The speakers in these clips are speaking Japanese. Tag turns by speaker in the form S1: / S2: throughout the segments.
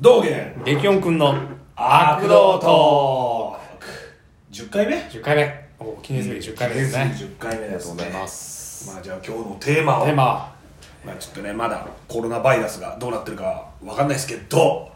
S1: 道元
S2: デキオン君の
S1: 悪道トーク10回目
S2: 10回目お記念すべき10回目ですね、
S1: 10回目
S2: あり
S1: で
S2: がとう
S1: す
S2: ござい
S1: ね
S2: ます、
S1: まあじゃあ今日のテーマを
S2: テーマは
S1: まあちょっとねまだコロナバイラスがどうなってるかわかんないですけど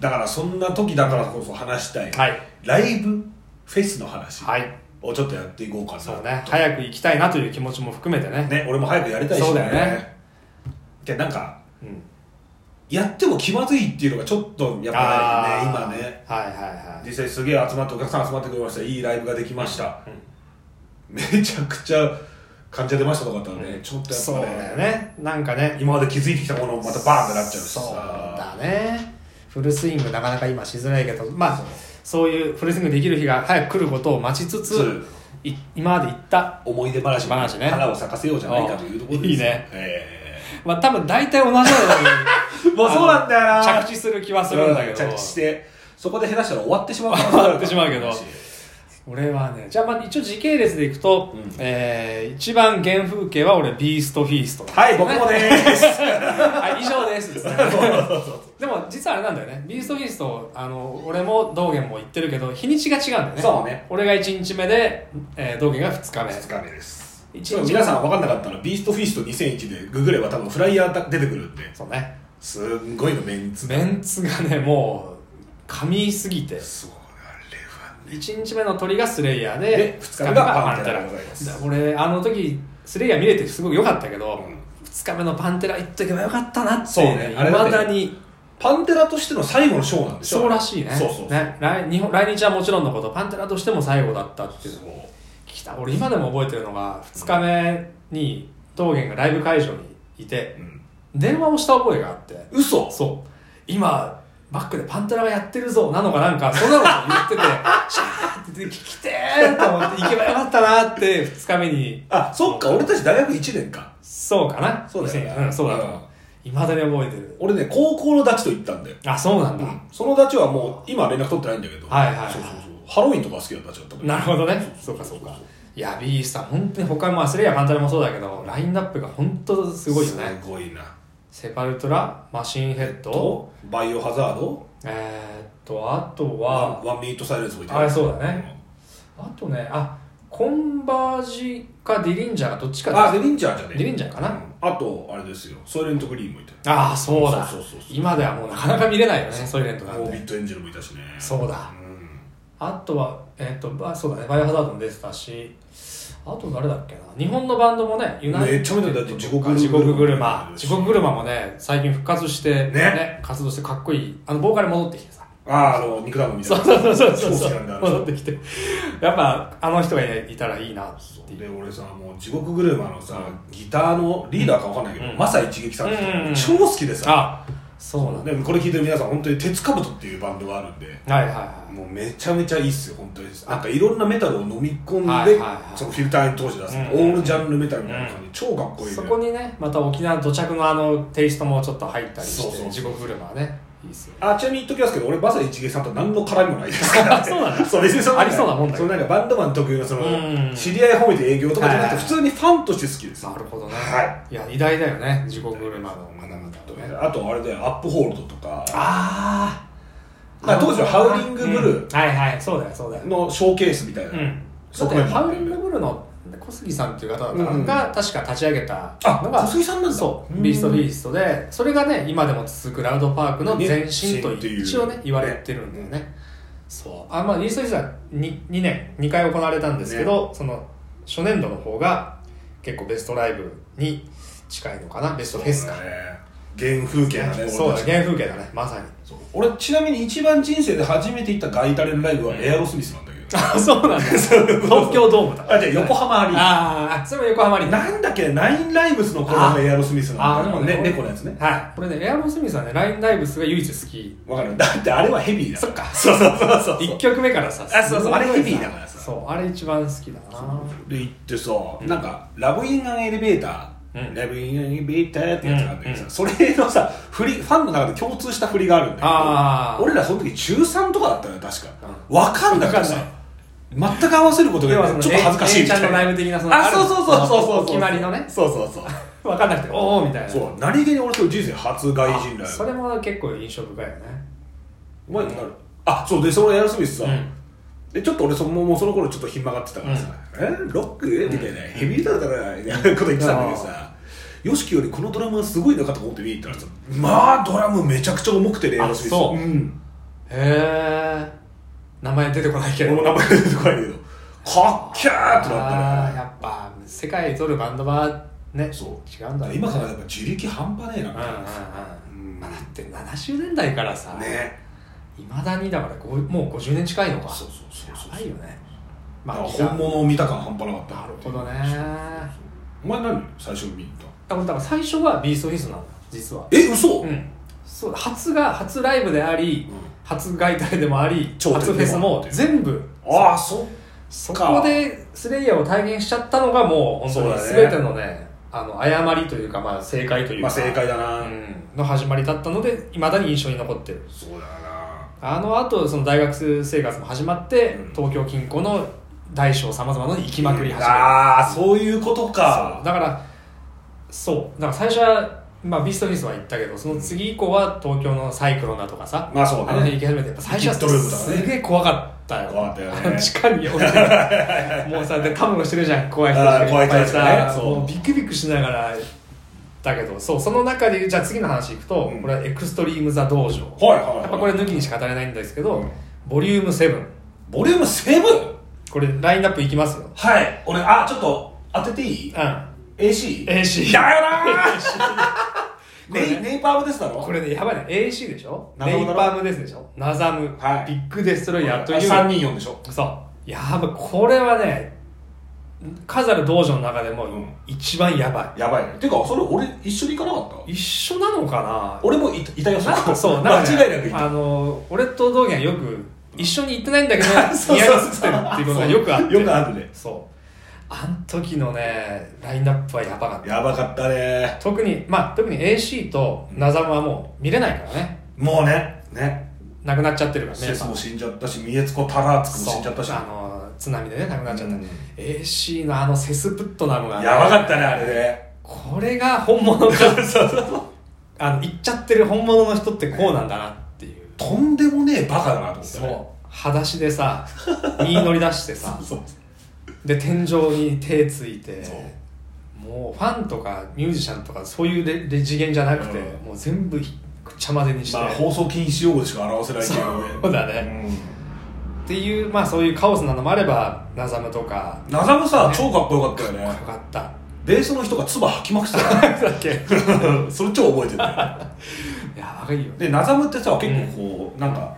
S1: だからそんな時だからこそ話したい、
S2: はい
S1: ライブフェスの話
S2: はい
S1: をちょっとやっていこうかなと
S2: そうね早く行きたいなという気持ちも含めてね
S1: ね俺も早くやりたいし、
S2: そうだよね
S1: でなんか
S2: うん
S1: やっても気まずいっていうのがちょっとやっぱね今
S2: ー
S1: ね
S2: はいはいはい
S1: 実際すげえ集まってお客さん集まってくれましたいいライブができました、めちゃくちゃ患者出ましたとかだったらね、ちょっとやっぱ
S2: そう
S1: ね
S2: だよねなんかね
S1: 今まで気づいてきたものをまたバーンってなっちゃうしさ
S2: そうだねフルスイングなかなか今しづらいけどまあそういうフルスイングできる日が早く来ることを待ちつ
S1: そう
S2: つい今まで行った
S1: 思い出話
S2: 話ね
S1: 花を咲かせようじゃないかというところです
S2: いいね
S1: え
S2: まあ多分大体同じような
S1: え もうそうなんだよな
S2: あの着地する気はするんだけど
S1: 着地してそこで下手したら終わって しまう可能性
S2: 終
S1: ある
S2: わってしまうけど俺はねじゃあまあ一応時系列でいくと、
S1: うん
S2: えー一番原風景は俺ビーストフィースト
S1: はい僕 もでーす
S2: はい以上ですですねでも実はあれなんだよねビーストフィーストあの俺も道元も行ってるけど日にちが違うんだよね
S1: そうね
S2: 俺が1日目で、えー道元が2日目
S1: 2日目です
S2: 一
S1: でも
S2: 日
S1: 皆さん分かんなかったら「ビーストフィースト2001」でググれば多分フライヤー出てくるんで
S2: そうね
S1: すんごいのメンツ
S2: メンツがねもう噛みすぎて
S1: そうあ
S2: 1日目の鳥がスレイヤーで
S1: で二日目がパンテラでございます
S2: だ俺あの時スレイヤー見れてすごく良かったけど、
S1: うん
S2: 2日目のパンテラ行っとけばよかったなって
S1: そうねあ
S2: い
S1: れだっ
S2: ま
S1: て
S2: だに
S1: パンテラとしての最後のショーなんでしょ
S2: そうらしいね
S1: そうそうそう
S2: ね来日本来日はもちろんのことパンテラとしても最後だったっていうの
S1: そ
S2: を
S1: う
S2: 聞いた俺今でも覚えてるのが2日目に道元がライブ会場にいて
S1: うん
S2: 電話をした覚えがあって
S1: 嘘
S2: そう今バックでパンテラがやってるぞなのかなんかそんなこと言って てシャーって聞きてーと思って行けばよかったなって2日目に
S1: あそっか俺たち大学1年か
S2: そうかな
S1: そうだよね
S2: 2000うん、そうだと思う未だに覚えてる
S1: 俺ね高校のダチと行ったんだよ
S2: あそうなんだ、
S1: そのダチはもう今連絡取ってないんだけど
S2: はいはいはい
S1: そうそうそうハロウィンとか好きなダチだった
S2: なるほどねそうかそうかいやビースタ本当に他もアスレイヤーパンタラもそうだけどラインナップが本当す
S1: す
S2: ごいよね
S1: すごいな
S2: セパルトラマシンヘッド、
S1: とバイオハザード
S2: えーっとあと
S1: ワ
S2: は
S1: ンワンミートサイレンスもいて
S2: あれそうだねあとねあコンバージかディリンジャーかどっちか
S1: あデリンジャーじゃね
S2: ディリンジャーかな、
S1: うんあとあれですよソイレントグリーンもいて
S2: ああそうだ
S1: そうそうそうそう
S2: 今ではもうなかなか見れないよねソイレントなん
S1: オービッ
S2: て
S1: トエンジェルもいたしね
S2: そうだ
S1: ん
S2: あとはえーっとばそうだねバイオハザードも出てたしあと誰だっけな日本のバンドもねユ
S1: めっちゃ見てただって地獄
S2: あ
S1: 車
S2: 地獄車地獄車もね最近復活してね活動してかっこいいあのボーカル戻ってきてさ
S1: あーあの肉弾みたいな
S2: そうそう
S1: 超好きなんだあの人
S2: 戻ってきてやっぱあの人がいたらいいなっていう
S1: で俺さもう地獄グルーマのさ、ギターのリーダーかわかんないけど、
S2: うん
S1: マサ一撃さんって人
S2: うんうんうん
S1: 超好きでさ、
S2: あそうなんだ
S1: でこれ聞いてる皆さん本当に鉄カブトっていうバンドがあるんで
S2: はいはいはい
S1: もうめちゃめちゃいいっすよ本当になんかいろんなメタルを飲み込んで、
S2: はいはいはい
S1: そのフィルターに通して出す、
S2: うん
S1: オールジャンルメタルみたいな感じ、超かっこいいね
S2: そこにねまた沖縄土着のあのテイストもちょっと入ったりして
S1: そうそうそう
S2: 地獄車はねいいっすよね
S1: あちなみに言っときますけど俺マサ一撃さんと何の絡みもないですから、
S2: そうなんだ
S1: そう別にその
S2: ありそうなもんだ
S1: そのなんかバンドマン特有のその、
S2: うん
S1: 知り合い褒めて営業とかじゃなくて
S2: はい
S1: 普通にファンとして好きです、
S2: なるほどね
S1: はい
S2: や偉大だよね地獄車の方々はね
S1: あとあれだよアップホールドとか
S2: あー
S1: まあ当時はハウリングブル
S2: うんはいはいそうだよそうだよ
S1: のショーケースみたいな、
S2: うん、だ
S1: そ
S2: っ
S1: こ
S2: て
S1: へ
S2: ハウリングブルーの小杉さんっていう方だった
S1: うんう
S2: の
S1: ん
S2: が確か立ち上げた
S1: あ
S2: のが、
S1: 小杉さんなんだ
S2: そう
S1: うん
S2: ビーストフィーストでそれがね今でも続くラウドパークの前身と
S1: ね前身という
S2: 一応ね言われてるんだよね、そうあまあビーストフィーストは 2, 2年2回行われたんですけど、その初年度の方が結構ベストライブに近いのかなベストフェスか
S1: ね原風景だね
S2: そう
S1: 俺
S2: だ
S1: たち
S2: 原風景だねまさに
S1: そう俺ちなみに一番人生で初めて行ったガイタレンライブはエアロスミスなんだけど、
S2: あ そうなんだ東京ドームだ
S1: あじゃあ横浜アリーナ
S2: ああそれも横浜に
S1: なんだっけナインライブスの頃のエアロスミスな
S2: あ
S1: んだ
S2: で
S1: よ
S2: もね
S1: ね猫のやつね
S2: はいこれねエアロン・スミスはねラインライブスが唯一好き
S1: わかるだってあれはヘビーだ
S2: そっか
S1: そうそうそうそう
S2: 1曲目からさ
S1: あそうそう
S2: すごいさ
S1: あれヘビーだからさ
S2: そうあれ一番好きだな
S1: で行ってさ、なんかラブインガンエレベーター、
S2: うん
S1: ラブインガンエレベーターってやつがあるんだけどさ、
S2: うん
S1: それのさ振りファンの中で共通した振りがあるんだけ
S2: あー
S1: ど俺らその時中3とかだったのよ確か、わ分かんなくて
S2: わ
S1: さ全く合わせることがで
S2: で
S1: き
S2: は
S1: ないちょっと恥ずかしいみ
S2: ちゃ
S1: た
S2: んの
S1: い
S2: ライ
S1: な
S2: ブ的なその
S1: あそうそうそうそうそう
S2: お決まりのね
S1: そうそうそう
S2: 分かんなくておおみたいな
S1: そう何気に俺と人生初外人だ
S2: あそ
S1: よ
S2: れも結構印象深いよね
S1: お前あそうでそのエアロスミスさ、
S2: うん
S1: でちょっと俺そもうもうその頃ちょっとひん曲がってたからさ、えロックみたいな、ヘビーメタルだからみたいなこと言ってたんだけどさヨシキよりこのドラムはすごいのかと思って見に行ったらさまあドラムめちゃくちゃ重くてねエアロスミス、
S2: あそうんへえ名前出てこないけ
S1: 俺
S2: ど
S1: も名前出てこないけどかっけーってな
S2: あ
S1: っ
S2: ー
S1: たね
S2: やっぱ世界取るバンドはね
S1: そう
S2: 違うんだろうね
S1: 今考えたらやっぱ自力半端ねえな
S2: う
S1: み
S2: んう
S1: たい
S2: んうんまあだって70年代からさ
S1: なね
S2: いまだにだからごもう50年近いのか
S1: そうそうそうそう
S2: やばいよね
S1: だ
S2: ま
S1: から
S2: あ
S1: 本物を見た感半端なかった
S2: なるほどね
S1: お前何最初に見に行っ
S2: だからだから最初はビーストヒスなの実は
S1: たえ嘘、
S2: うんそうだ初が初ライブであり、
S1: うん
S2: 初外体でもあり
S1: 頂点で
S2: 初
S1: も
S2: フェスも全部
S1: ああそ
S2: そ
S1: か
S2: こでスレイヤーを体現しちゃったのがもう本当に
S1: そうだね
S2: 全てのねあの誤りというか、まあ、正解といううか、
S1: まあ正解だ
S2: う
S1: な、
S2: んの始まりだったのでいまだに印象に残ってる
S1: そうだな
S2: あのあと大学生活も始まって、
S1: うん
S2: 東京近郊の大小さまざまなのに行きまくり始める
S1: ああそういうことか
S2: そうだからそうだから最初は、まあ、ビーストニスは行ったけどその次以降は東京のサイクロンだとかさ、
S1: まあそう
S2: あの辺
S1: ね
S2: 行き始めてやっぱ最初は
S1: ビットルームとかね
S2: すげえ怖かったよ
S1: 怖かったよね
S2: あの地下に降りて もうさでカムロしてるじゃん怖い人
S1: あ ー怖い人たちがね
S2: いっぱいさ
S1: そう
S2: もうビクビクしながらだけどそうその中でじゃあ次の話いくと、
S1: うん
S2: これはエクストリーム・ザ・道場
S1: はいはいはい
S2: やっぱこれ抜きにしか語れないんですけど、
S1: うん
S2: ボリューム7
S1: ボリューム 7?
S2: これラインナップいきますよ
S1: はい俺あちょっと当てていい
S2: うん
S1: AC?
S2: AC
S1: だよなー
S2: これね
S1: ネイネイパームですだろ
S2: これね、やばいね。AC でしょ
S1: ナザム
S2: ネイ
S1: だろ
S2: パームですでしょナザム、
S1: はい
S2: ビッグデストロイヤーという。
S1: 3人4でしょ
S2: そう。やばい。これはね、数ある道場の中でも
S1: うん
S2: 一番やばい。
S1: やばいねてかそれ俺一緒に行かなかった
S2: 一緒なのか
S1: 俺もいたいたよ
S2: ななんかそう、
S1: 間
S2: なんか
S1: 違
S2: ね、
S1: いなくいた
S2: あの、俺と道元はよく一緒に行ってないんだけど、
S1: そう
S2: 似合
S1: そう
S2: いつつってるっていうことがよくあって。
S1: よくあるね
S2: そう。あん時のね、ラインナップはやばかった。
S1: やばかったね
S2: 特に、まあ、特に AC とナザムはもう見れないからね。
S1: もうねね
S2: なくなっちゃってるからね。
S1: セスも死んじゃったしミエツコタラーツクも死んじゃったし
S2: あの津波でね亡くなっちゃった、
S1: うん
S2: AC のあのセスプットなのが、
S1: やばかったねあれね
S2: これが本物 かあの言っちゃってる本物の人ってこうなんだなっていう、
S1: とんでもねえバカだなと思った
S2: そう
S1: ね
S2: 裸足でさ身乗り出し てさ
S1: そう
S2: で天井に手ついて
S1: そう
S2: もうファンとかミュージシャンとかそういうレレ次元じゃなくて、
S1: うん
S2: もう全部ひくちゃ混ぜにして、
S1: まあ放送禁止用語でしか表せないけ
S2: そう
S1: ど
S2: だね、っていうまあそういうカオスなのもあればナザムとか
S1: ナザムさ超かっこよかったよ
S2: よ
S1: ね
S2: かった
S1: ベースの人が唾吐きまくって たよ
S2: だっけい
S1: それ超覚えてる
S2: やばいよね
S1: でナザムってさ結構こうなんか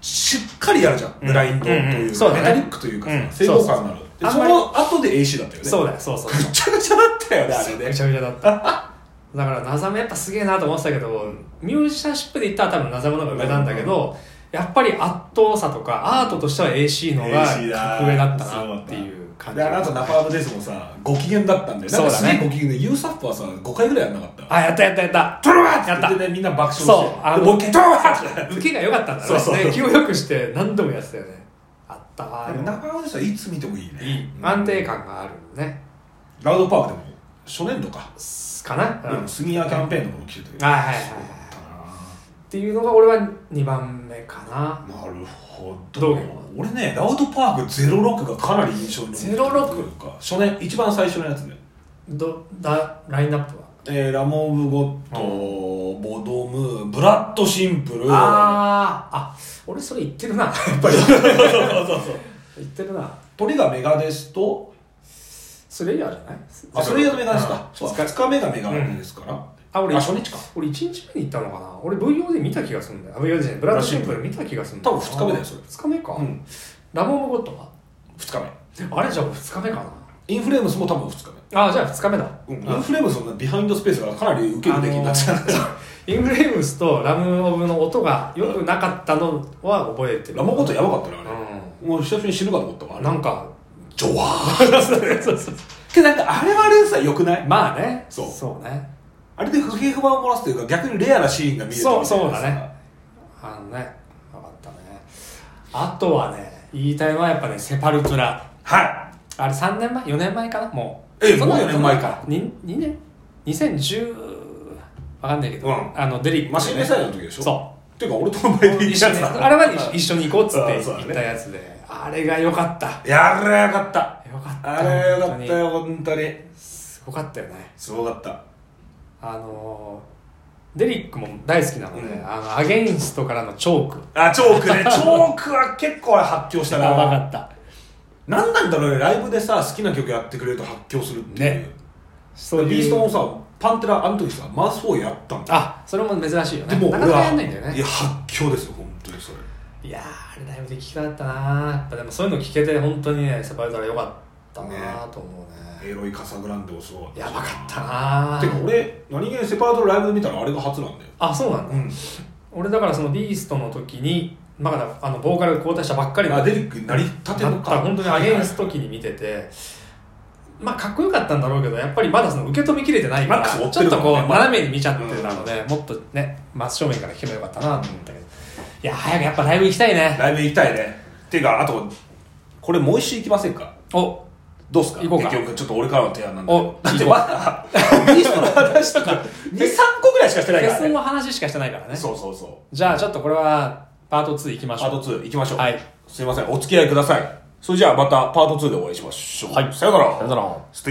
S1: しっかりやるじゃん
S2: うん
S1: ブラインドという
S2: そう
S1: か
S2: だね
S1: メタリックというか
S2: うん
S1: さ正当感があるで
S2: そう
S1: そ
S2: そう
S1: の後で AC だったよね
S2: そううだよそうそう
S1: ぐ
S2: そう
S1: ちゃぐちゃだったよねあれ
S2: め
S1: ね
S2: ちゃめちゃだっただからナザムやっぱすげえなと思ってたけどミュージシャンシップで言ったら多分ナザムの方が上なんだけど、やっぱり圧倒さとかアートとしては AC の方が
S1: AC だ
S2: 格上だったなっていう感じ
S1: であの後ナパームデスもさご機嫌だったんでなんか
S2: そう
S1: す
S2: だ
S1: げ
S2: ね
S1: えご機嫌でユーサップはさ5回ぐらいやんなかった
S2: あやったやったやった
S1: トロワー
S2: や
S1: っ
S2: ってた
S1: 言ってねみんな爆笑して
S2: そうあの
S1: でもう一回トロワーって
S2: 受けが良かったんだね
S1: そうそう
S2: ね気を良くして何度もやってたよねあったわ
S1: でも中川さんいつ見てもいいね
S2: いい安定感があるね
S1: ラウドパークでも初年度か、
S2: かな、うん
S1: でもスニアキャンペーンのも来てて
S2: あはいはいはいっていうのが俺は2番目かな
S1: なるほど
S2: どう思
S1: 俺ねラウドパーク06がかなり印象に残ってる
S2: 06
S1: というか初年一番最初のやつね、
S2: どだラインナップは
S1: えーラモーブ・ゴット、ボドムブラッド・シンプル
S2: あーあ俺それ言ってるな やっぱり
S1: そうそうそうそう
S2: 言ってるな
S1: 鳥がメガデスと
S2: スレイヤーじゃない
S1: あそれやメガデスか、
S2: うん
S1: そう2日目がメガデスから、
S2: あ俺
S1: あ初日か
S2: 俺1日目に行ったのかな俺 VO で見た気がするんだよあ VO じゃないブラッドシンプル見た気がするんだよ
S1: 多分二日目だよそれ
S2: 2日目か、
S1: うん
S2: ラモンゴットは
S1: 2日目
S2: あれじゃあ2日目か
S1: インフレームスも多分2日
S2: なあじゃあ2日目だ
S1: 目、うんインフレームスのビハインドスペースがかなり受けるべきになっちゃう、
S2: あのー インフレームスとラムオブの音がよくなかったのは覚えてる
S1: ラモコットやばかったなあれ、
S2: う
S1: もう久しぶりに死ぬかと思ったわあ
S2: ん
S1: れ
S2: な んか
S1: ジョワー
S2: そうそう
S1: けどなんかあれはあれでさよくない
S2: まあね
S1: そう
S2: そうね
S1: あれで不平不満を漏らすというか逆にレアなシーンが見える
S2: そうそうだねあのね分かったねあとはね言いたいのはやっぱねセパルトゥラ
S1: は
S2: あれ3年前4年前かなもう
S1: え
S2: そんな
S1: もう4年前か
S2: 2, 2年2010わかんないけど、
S1: うん
S2: あのデリックでね
S1: マシンレサイドの時でしょ
S2: そう
S1: っていうか俺とお前で一緒
S2: 一緒
S1: やつ
S2: に
S1: だ
S2: あれまで一緒に行こうっつって
S1: あそうだ
S2: 行
S1: ね
S2: ったやつで、あれが良かった
S1: やれよかった
S2: 良かった
S1: あれよか
S2: 本
S1: った
S2: 当に
S1: よ本当に
S2: すごかったよね
S1: すごかった
S2: あのーデリックも大好きなので、
S1: うん
S2: あのアゲインストからのチョーク
S1: あチョーク ねチョークは結構発狂した
S2: や
S1: な
S2: ばかった
S1: なんなんだろうねライブでさ好きな曲やってくれると発狂するっていう
S2: ねそういう
S1: ビーストもさパンテラあの時さマウスフォーやったんだ
S2: あそれも珍しいよね
S1: でも
S2: な
S1: 俺
S2: かな
S1: は
S2: かやんないんだよね
S1: いや発狂ですよ本当にそれ
S2: いやーあれライブで聞きたかったなやっぱでもそういうの聞けて本当にねセパレートが良かったなーと思うね
S1: エロいカサグランデもそうだし
S2: やばかったなー
S1: てか俺何気にセパレートのライブで見たらあれが初なんだよ
S2: あそうなんだ、
S1: うん
S2: 俺だからそのビーストの時にまだあのボーカル交代したばっかりの
S1: あデリックになりたて
S2: だ
S1: の
S2: った
S1: か
S2: ら本当にアゲンスト
S1: はい
S2: 時に見ててまあかっこよかったんだろうけどやっぱりまだその受け止めきれてないから、
S1: まだ追って
S2: ちょっ
S1: る
S2: と
S1: もんね
S2: こう
S1: まだ
S2: 斜めに見ちゃってたので、もっとね真正面から聞けばよかったなと思ったけどいや早くやっぱライブ行きたいね
S1: ライブ行きたいねていうかあとこれもう一周行きませんか
S2: お
S1: どうすか
S2: 行こうか
S1: 結局ちょっと俺からの提案なんだけ
S2: お
S1: どだって
S2: 行
S1: まだミストの話とか23個ぐらいしかして
S2: フ
S1: ないか
S2: ェ
S1: ら
S2: ス
S1: ね
S2: の話しかしてないからね
S1: そうそうそう
S2: じゃあちょっとこれはパート2行きましょ
S1: パ
S2: う
S1: ート2行きましょう。
S2: はい。
S1: すいません、お付き合いください。それじゃあまたパート2でお会いしましょう。
S2: はい
S1: さよなら。
S2: さよなら
S1: ステイ